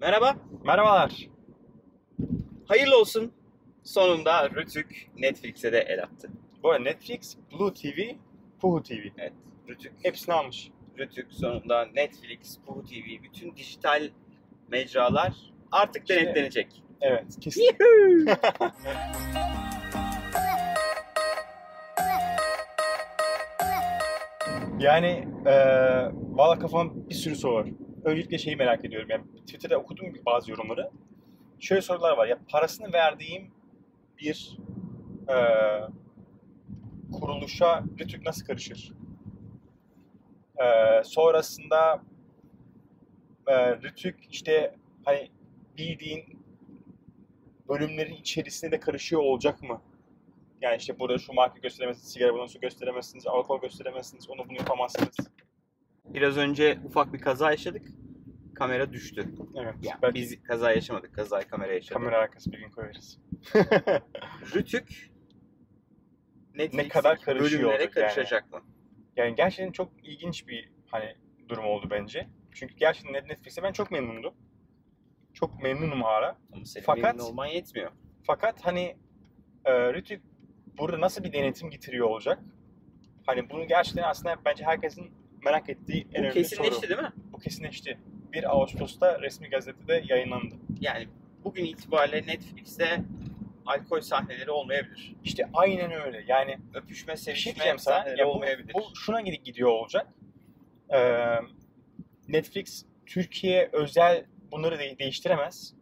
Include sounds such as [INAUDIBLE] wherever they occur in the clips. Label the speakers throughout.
Speaker 1: Merhaba,
Speaker 2: Merhabalar.
Speaker 1: hayırlı olsun. Sonunda Rütük Netflix'e de el attı.
Speaker 2: Bu arada Netflix, Blue TV, Puhu TV.
Speaker 1: Evet, Rütük,
Speaker 2: Hepsini almış.
Speaker 1: Rütük sonunda Netflix, Puhu TV, bütün dijital mecralar artık
Speaker 2: İşte.
Speaker 1: denetlenecek.
Speaker 2: Evet, kesin. [LAUGHS] yani e, valla kafam bir sürü soru var. Öncelikle şeyi merak ediyorum. Yani Twitter'da okudum bazı yorumları. Şöyle sorular var. Ya parasını verdiğim bir e, kuruluşa Rütük nasıl karışır? E, sonrasında e, Rütük işte hani bildiğin bölümlerin içerisinde de karışıyor olacak mı? Yani işte burada şu marka gösteremezsiniz, sigara balonusu gösteremezsiniz, alkol gösteremezsiniz, onu bunu yapamazsınız.
Speaker 1: Biraz önce ufak bir kaza yaşadık. Kamera düştü.
Speaker 2: Evet.
Speaker 1: Ya,
Speaker 2: belki
Speaker 1: biz kaza yaşamadık, kazayı kamera yaşadık.
Speaker 2: kamera arkası bir gün koyarız. [LAUGHS]
Speaker 1: Rütük Netflix'in
Speaker 2: Ne kadar karışıyor
Speaker 1: bölümlere
Speaker 2: olacak yani.
Speaker 1: karışacak mı?
Speaker 2: Yani gerçekten çok ilginç bir hani durum oldu bence. Çünkü gerçekten Net- Netflix'e ben çok memnundum. Çok memnunum hala.
Speaker 1: Ama senin
Speaker 2: Fakat-
Speaker 1: memnun olman yetmiyor.
Speaker 2: Fakat hani e, Rütük burada nasıl bir denetim getiriyor olacak? Hani bunu gerçekten aslında bence herkesin merak ettiği en
Speaker 1: Bu
Speaker 2: önemli soru.
Speaker 1: kesinleşti değil mi?
Speaker 2: Bu kesinleşti. 1 Ağustos'ta resmi gazetede yayınlandı.
Speaker 1: Yani bugün itibariyle Netflix'te alkol sahneleri olmayabilir.
Speaker 2: İşte aynen öyle. Yani
Speaker 1: Öpüşme,
Speaker 2: bir şey
Speaker 1: sevişme
Speaker 2: diyeceğim sana.
Speaker 1: sahneleri
Speaker 2: Ya bu,
Speaker 1: olmayabilir.
Speaker 2: bu şuna gidip gidiyor olacak. Ee, Netflix Türkiye özel bunları de- değiştiremez.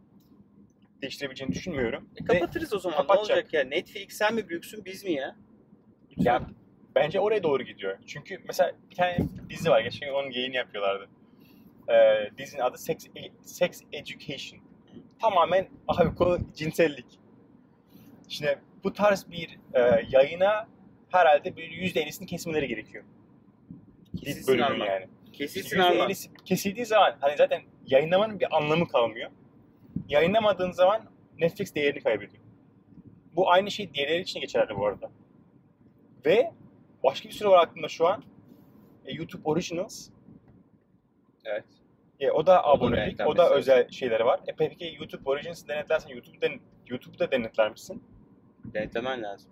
Speaker 2: Değiştirebileceğini düşünmüyorum.
Speaker 1: E kapatırız o zaman.
Speaker 2: Kapatacak.
Speaker 1: Ne olacak ya? Netflix sen mi büyüksün biz mi ya?
Speaker 2: Ya bence oraya doğru gidiyor. Çünkü mesela bir tane dizi var. Geçen gün onun yayını yapıyorlardı. Ee, dizinin adı Sex, E- Sex Education. Tamamen abi konu cinsellik. Şimdi bu tarz bir e, yayına herhalde bir %50'sini kesmeleri gerekiyor. Bir
Speaker 1: Kesilsin
Speaker 2: bölümün
Speaker 1: Arman.
Speaker 2: yani.
Speaker 1: Kesilsin Arman.
Speaker 2: %50'si kesildiği zaman hani zaten yayınlamanın bir anlamı kalmıyor. Yayınlamadığın zaman Netflix değerini kaybediyor. Bu aynı şey diğerleri için de geçerli bu arada. Ve başka bir sürü var aklımda şu an. E, YouTube Originals.
Speaker 1: Evet.
Speaker 2: E, o da
Speaker 1: O da
Speaker 2: abonelik, o da,
Speaker 1: denetlenmesi.
Speaker 2: özel şeyleri var. E peki YouTube Originals'ı denetlersen YouTube'da, YouTube'da denetler misin?
Speaker 1: Denetlemen lazım.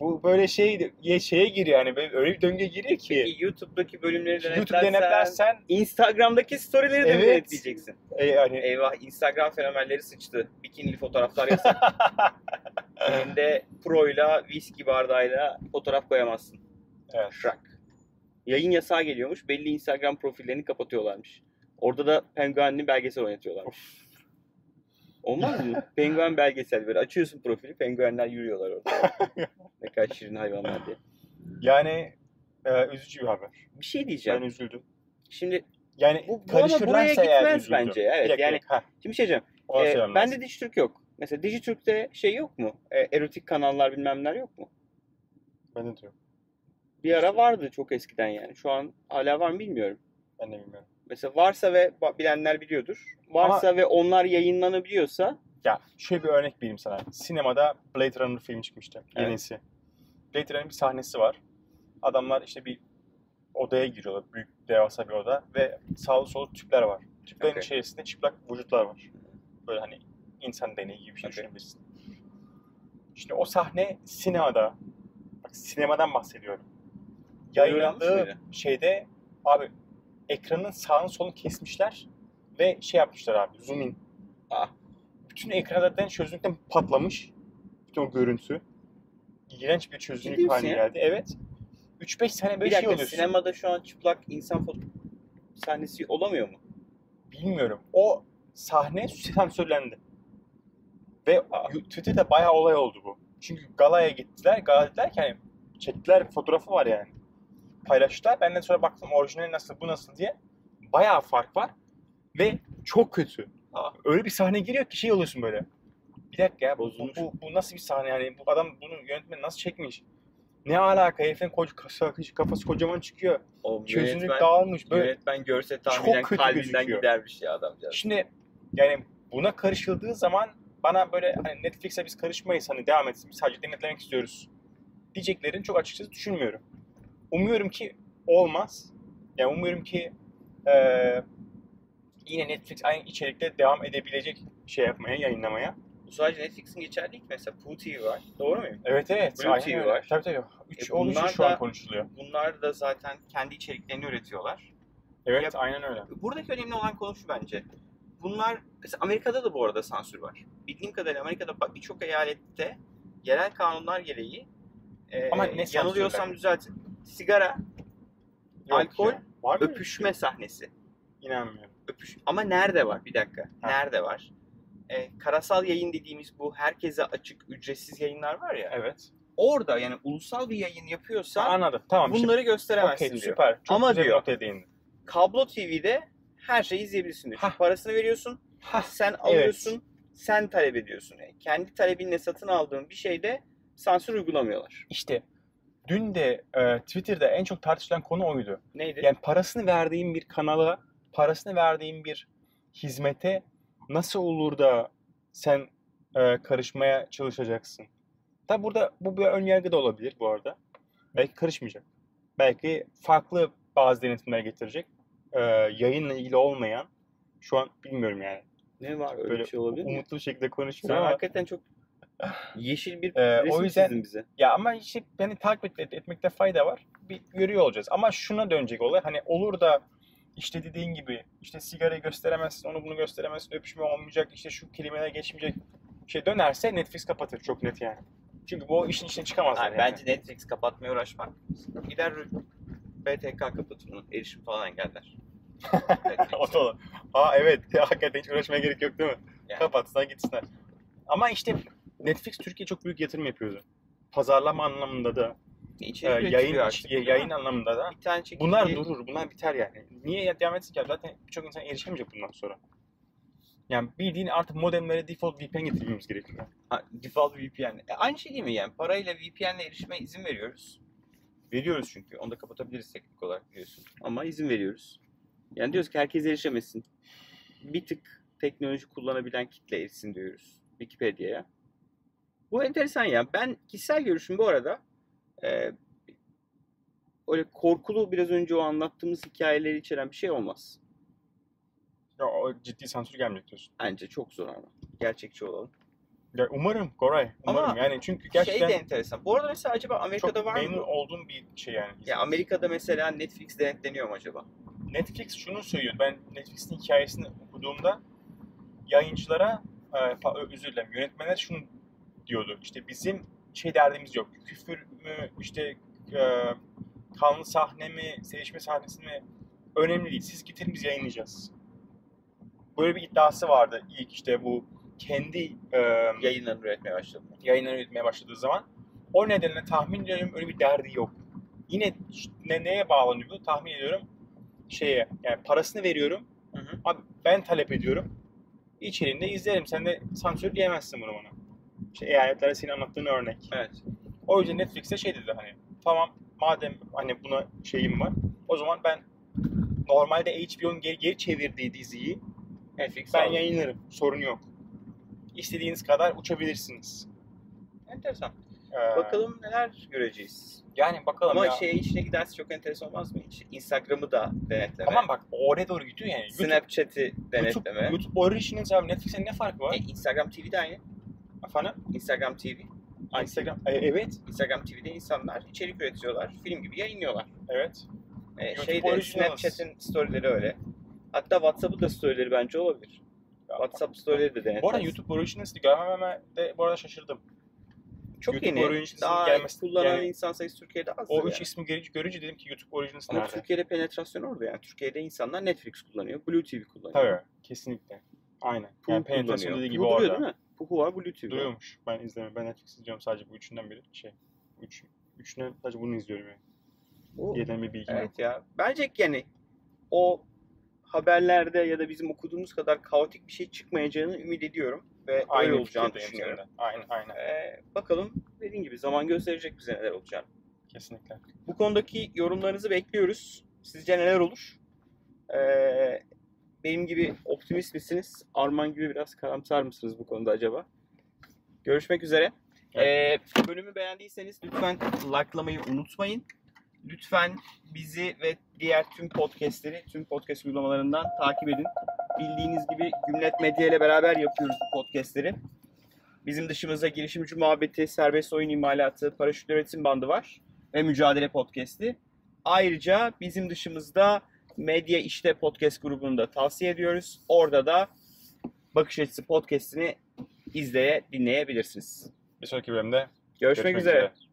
Speaker 2: Bu böyle şey şeye giriyor yani böyle öyle bir döngüye giriyor ki.
Speaker 1: Peki YouTube'daki bölümleri denetlersen,
Speaker 2: YouTube denetlersen
Speaker 1: Instagram'daki storyleri de mi
Speaker 2: Evet.
Speaker 1: denetleyeceksin?
Speaker 2: e, yani
Speaker 1: Eyvah Instagram fenomenleri sıçtı. Bikinili fotoğraflar
Speaker 2: [LAUGHS]
Speaker 1: yasak. Elinde proyla, viski bardağıyla fotoğraf koyamazsın.
Speaker 2: Evet.
Speaker 1: Şak. Yayın yasağı geliyormuş. Belli Instagram profillerini kapatıyorlarmış. Orada da penguenli belgesel oynatıyorlarmış. Olmaz
Speaker 2: [LAUGHS]
Speaker 1: mı? Penguen belgesel böyle. Açıyorsun profili, penguenler yürüyorlar
Speaker 2: [LAUGHS]
Speaker 1: orada. ne kadar şirin hayvanlar diye.
Speaker 2: yani e, üzücü bir haber.
Speaker 1: Bir şey
Speaker 2: Ben
Speaker 1: diyeceğim.
Speaker 2: üzüldüm.
Speaker 1: Şimdi
Speaker 2: Yani
Speaker 1: Bu- bu ama buraya
Speaker 2: karışırlarsa eğer
Speaker 1: gitmez
Speaker 2: üzüldüm.
Speaker 1: bence. Evet,
Speaker 2: Bir dakika,
Speaker 1: yani-
Speaker 2: heh,
Speaker 1: şimdi bir şey diyeceğim.
Speaker 2: onu
Speaker 1: Ee,
Speaker 2: söylemem lazım.
Speaker 1: bende Dijitürk yok. Mesela Dijitürk'te şey yok mu? Ee, erotik kanallar bilmemler yok mu?
Speaker 2: Ben de diyorum.
Speaker 1: Bir ara vardı çok eskiden yani. Şu an hala var mı bilmiyorum.
Speaker 2: Ben de bilmiyorum.
Speaker 1: Mesela varsa ve ba- bilenler biliyordur. Varsa ve onlar yayınlanabiliyorsa
Speaker 2: Ya şöyle bir örnek vereyim sana. Sinemada Blade Runner filmi çıkmıştı.
Speaker 1: Evet.
Speaker 2: Yenisi. Blade Runner'ın bir sahnesi var. Adamlar işte bir odaya giriyorlar. Büyük, devasa bir oda. Ve sağlı solu tüpler var. Tüplerin
Speaker 1: Okey.
Speaker 2: içerisinde çıplak vücutlar var. Böyle hani insan deneyi gibi bir şey
Speaker 1: Okey.
Speaker 2: düşünebilirsin. Şimdi o sahne sinemada. Bak sinemadan bahsediyorum.
Speaker 1: Yayınlanmış
Speaker 2: Yayınlandığı şeyde abi ekranın sağını solunu kesmişler ve şey yapmışlar abi zoom in.
Speaker 1: Ah.
Speaker 2: Bütün ekran zaten çözünürlükten patlamış. Bütün o görüntü. İğrenç
Speaker 1: Ciddi
Speaker 2: bir çözünürlük
Speaker 1: misin
Speaker 2: haline
Speaker 1: ya?
Speaker 2: geldi. Evet. 3-5 sene
Speaker 1: bir
Speaker 2: böyle şey
Speaker 1: dakika
Speaker 2: oluyorsun.
Speaker 1: sinemada şu an çıplak insan foto sahnesi olamıyor mu?
Speaker 2: Bilmiyorum. O sahne sensörlendi. Ve
Speaker 1: Aa.
Speaker 2: Twitter'da bayağı olay oldu bu. Çünkü galaya gittiler. Gala dediler ki hani çektiler fotoğrafı var yani. Paylaştılar. Benden sonra baktım orijinali nasıl bu nasıl diye. Bayağı fark var. Ve çok kötü.
Speaker 1: Aa.
Speaker 2: Öyle bir sahne giriyor ki şey oluyorsun böyle. Bir dakika ya bu,
Speaker 1: Bozulmuş.
Speaker 2: bu, bu nasıl bir sahne yani bu adam bunu yönetmen nasıl çekmiş? Ne alaka herifin koca, kafası, kafası kocaman çıkıyor.
Speaker 1: O
Speaker 2: Çözünürlük
Speaker 1: yönetmen,
Speaker 2: dağılmış. Böyle
Speaker 1: yönetmen görse tahminen
Speaker 2: kötü
Speaker 1: kalbinden
Speaker 2: gözüküyor.
Speaker 1: gidermiş ya adamcağız.
Speaker 2: Şimdi yani buna karışıldığı zaman bana böyle hani Netflix'e biz karışmayız hani devam etsin biz sadece denetlemek istiyoruz diyeceklerini çok açıkçası düşünmüyorum. Umuyorum ki olmaz. Yani umuyorum ki eee, yine Netflix aynı içerikte devam edebilecek şey yapmaya, yayınlamaya.
Speaker 1: Bu sadece Netflix'in geçerli değil ki. Mesela Pluto TV var. Doğru muyum?
Speaker 2: Evet evet.
Speaker 1: Blue
Speaker 2: aynen
Speaker 1: TV
Speaker 2: öyle.
Speaker 1: var.
Speaker 2: Tabii tabii. Üç
Speaker 1: E,
Speaker 2: oluşu
Speaker 1: bunlar
Speaker 2: şu an
Speaker 1: da-
Speaker 2: konuşuluyor.
Speaker 1: Bunlar da zaten kendi içeriklerini üretiyorlar.
Speaker 2: Evet
Speaker 1: Yap-
Speaker 2: aynen öyle.
Speaker 1: Buradaki önemli olan konu şu bence. Bunlar mesela Amerika'da da bu arada sansür var. Bildiğim kadarıyla Amerika'da bak- birçok eyalette yerel kanunlar gereği e,
Speaker 2: Ama ne
Speaker 1: yanılıyorsam
Speaker 2: sansürler?
Speaker 1: düzeltin. Sigara,
Speaker 2: Yok
Speaker 1: Alkol,
Speaker 2: ya. var mı?
Speaker 1: öpüşme sahnesi.
Speaker 2: İnanmıyorum.
Speaker 1: Öpüş ama nerede var? Bir dakika.
Speaker 2: Ha.
Speaker 1: Nerede var? E, karasal yayın dediğimiz bu herkese açık ücretsiz yayınlar var ya.
Speaker 2: Evet.
Speaker 1: Orada yani ulusal bir yayın yapıyorsa
Speaker 2: Anladım. Tamam. şimdi-
Speaker 1: bunları gösteremezsin
Speaker 2: Okey,
Speaker 1: diyor.
Speaker 2: süper. Çok
Speaker 1: Ama
Speaker 2: güzel
Speaker 1: diyor-
Speaker 2: bir noktaya değindin.
Speaker 1: kablo TV'de her şeyi izleyebilirsin diyor. Çünkü
Speaker 2: Hah.
Speaker 1: Parasını veriyorsun,
Speaker 2: Hah,
Speaker 1: sen alıyorsun, sen talep ediyorsun. Yani kendi talebinle satın aldığın bir şeyde sansür uygulamıyorlar.
Speaker 2: İşte dün de e, Twitter'da en çok tartışılan konu oydu.
Speaker 1: Neydi?
Speaker 2: Yani parasını verdiğim bir kanala, parasını verdiğim bir hizmete nasıl olur da sen e, karışmaya çalışacaksın? Tabi burada bu bir önyargı da olabilir bu arada. Belki karışmayacak. Belki farklı bazı denetimler getirecek. E, yayınla ilgili olmayan şu an bilmiyorum yani.
Speaker 1: ne var öyle
Speaker 2: Böyle
Speaker 1: bir şey olabilir mi?
Speaker 2: umutlu bir şekilde
Speaker 1: Sen
Speaker 2: konuşuyorum ama
Speaker 1: hakikaten çok yeşil bir
Speaker 2: [LAUGHS] Ee,
Speaker 1: resim
Speaker 2: o yüzden-
Speaker 1: çizdin bize.
Speaker 2: Ya ama işte beni takip et- et- etmekte fayda var. Bir görüyor olacağız. Ama şuna dönecek olay. Hani olur da işte dediğin gibi işte sigarayı gösteremezsin, onu bunu gösteremezsin, öpüşme olmayacak, işte şu kelimeler geçmeyecek şey dönerse Netflix kapatır çok net yani. Çünkü bu işin içine çıkamazlar
Speaker 1: Yani
Speaker 2: yani. [LAUGHS]
Speaker 1: bence Netflix kapatmaya uğraşmak gider BTK kapatımını, erişim falan
Speaker 2: [LAUGHS]
Speaker 1: engeller.
Speaker 2: O da olur. Aa evet. [LAUGHS] Ya, hakikaten hiç uğraşmaya gerek yok değil mi?
Speaker 1: Yani.
Speaker 2: Kapatsınlar gitsinler. Ama işte Netflix Türkiye çok büyük yatırım yapıyordu. Pazarlama anlamında da, e,
Speaker 1: İçerik
Speaker 2: yayın
Speaker 1: yayın,
Speaker 2: yayın anlamında da.
Speaker 1: bir tane çekim
Speaker 2: Bunlar durur, bunlar biter yani. Niye ya- devam etsin ki? Zaten birçok insan erişemeyecek bundan sonra. Yani bildiğin artık modemlere default VPN getirmemiz gerekiyor.
Speaker 1: Ha, default VPN. E, aynı şey değil mi yani? Parayla VPN'le erişime izin veriyoruz. Veriyoruz çünkü. Onu da kapatabiliriz teknik olarak biliyorsun. Ama izin veriyoruz. Yani diyoruz ki herkes erişemesin. Bir tık teknoloji kullanabilen kitle erişsin diyoruz Wikipedia'ya. Bu enteresan ya. Ben kişisel görüşüm bu arada e, öyle korkulu biraz önce o anlattığımız hikayeleri içeren bir şey olmaz.
Speaker 2: Ya, o ciddi sansür gelmeyecek diyorsun.
Speaker 1: Bence çok zor ama. Gerçekçi olalım.
Speaker 2: Ya, umarım Koray,
Speaker 1: Ama
Speaker 2: umarım yani çünkü gerçekten
Speaker 1: Şey de enteresan. Bu arada mesela acaba Amerika'da
Speaker 2: çok
Speaker 1: var mı?
Speaker 2: memnun
Speaker 1: bu?
Speaker 2: olduğum bir şey yani.
Speaker 1: Ya Amerika'da mesela Netflix denetleniyor mu acaba?
Speaker 2: Netflix şunu söylüyor. Ben Netflix'in hikayesini okuduğumda yayıncılara, e, pa- özür dilerim, yönetmenler şunu diyordu. İşte bizim şey derdimiz yok. Küfür mü, işte e, kanlı sahne mi, sevişme sahnesi mi önemli değil. Siz getirin biz yayınlayacağız. Böyle bir iddiası vardı ilk işte bu kendi e,
Speaker 1: Yayınlarını üretmeye başladı.
Speaker 2: yayınları üretmeye başladığı zaman. O nedenle tahmin ediyorum öyle bir derdi yok. Yine ne, neye bağlanıyor bu? Tahmin ediyorum şeye yani parasını veriyorum.
Speaker 1: Hı hı.
Speaker 2: Abi ben talep ediyorum. İçeriğinde izlerim. Sen de sansür diyemezsin bunu bana. İşte eyaletlere senin anlattığın örnek.
Speaker 1: Evet.
Speaker 2: O yüzden Netflix'e şey dedi hani tamam madem hani buna şeyim var o zaman ben normalde HBO'nun geri, geri çevirdiği diziyi
Speaker 1: Netflix
Speaker 2: ben
Speaker 1: aldı.
Speaker 2: yayınlarım. Sorun yok. İstediğiniz kadar uçabilirsiniz.
Speaker 1: Enteresan.
Speaker 2: Ee,
Speaker 1: Bakalım neler göreceğiz.
Speaker 2: Yani bakalım
Speaker 1: Ama şey
Speaker 2: ya.
Speaker 1: şeye işine giderse çok enteresan olmaz mı? İşte Instagram'ı da denetleme.
Speaker 2: Aman bak oraya doğru gidiyor yani. YouTube,
Speaker 1: Snapchat'i
Speaker 2: YouTube,
Speaker 1: denetleme.
Speaker 2: YouTube Originals abi Netflix'in ne farkı var?
Speaker 1: E, Instagram TV de aynı.
Speaker 2: Efendim?
Speaker 1: Instagram TV. Aynı
Speaker 2: Instagram. E, evet.
Speaker 1: Instagram TV'de insanlar içerik üretiyorlar. Film gibi yayınlıyorlar.
Speaker 2: Evet.
Speaker 1: E,
Speaker 2: YouTube
Speaker 1: şey de
Speaker 2: Originals.
Speaker 1: Snapchat'in storyleri öyle. Hatta WhatsApp'ın da storyleri bence olabilir. WhatsApp storyleri de denetlensin.
Speaker 2: Bu arada YouTube Originals'ı görmememe de bu arada şaşırdım.
Speaker 1: çok
Speaker 2: YouTube
Speaker 1: yeni.
Speaker 2: Originals'ın
Speaker 1: Daha
Speaker 2: gelmesi-
Speaker 1: kullanan
Speaker 2: yani-
Speaker 1: insan sayısı Türkiye'de az.
Speaker 2: O üç ismi görünce, görünce dedim ki YouTube Originals
Speaker 1: Ama
Speaker 2: nerede?
Speaker 1: Türkiye'de penetrasyon orada yani. Türkiye'de insanlar Netflix kullanıyor, Blue TV kullanıyor.
Speaker 2: Tabii. Kesinlikle. Aynen.
Speaker 1: Puhu
Speaker 2: Yani
Speaker 1: kullanıyor.
Speaker 2: penetrasyon dediği gibi
Speaker 1: Puhu duruyor
Speaker 2: orada.
Speaker 1: değil mi? Puhu var, Blue TV var.
Speaker 2: Duruyormuş. Ben izlemiyorum. Ben Netflix izliyorum sadece bu üçünden biri. Şey. Üç, üçünden sadece bunu izliyorum yani.
Speaker 1: O-
Speaker 2: Yeden bir bilgi yok.
Speaker 1: evet ya. Bence yani o haberlerde ya da bizim okuduğumuz kadar kaotik bir şey çıkmayacağını ümit ediyorum. Ve öyle olacağını
Speaker 2: fikirdeyim
Speaker 1: düşünüyorum.
Speaker 2: seninle. Aynen aynen.
Speaker 1: Ee, bakalım dediğim gibi zaman gösterecek bize neler olacağını.
Speaker 2: Kesinlikle.
Speaker 1: Bu konudaki yorumlarınızı bekliyoruz. Sizce neler olur? Ee, benim gibi optimist misiniz? Arman gibi biraz karamsar mısınız bu konuda acaba? Görüşmek üzere. Ee, bölümü beğendiyseniz lütfen likelamayı unutmayın. Lütfen bizi ve diğer tüm podcastleri tüm podcast uygulamalarından takip edin. bildiğiniz gibi Gümlet Medya ile beraber yapıyoruz bu podcastleri. Bizim dışımızda girişimci muhabbeti, serbest oyun imalatı, paraşüt üretim bandı var ve mücadele podcasti. Ayrıca bizim dışımızda Medya İşte podcast grubunu da tavsiye ediyoruz. Orada da Bakış Açısı podcastini izleye, dinleyebilirsiniz.
Speaker 2: Bir sonraki bölümde
Speaker 1: Görüşmek, üzere.
Speaker 2: üzere.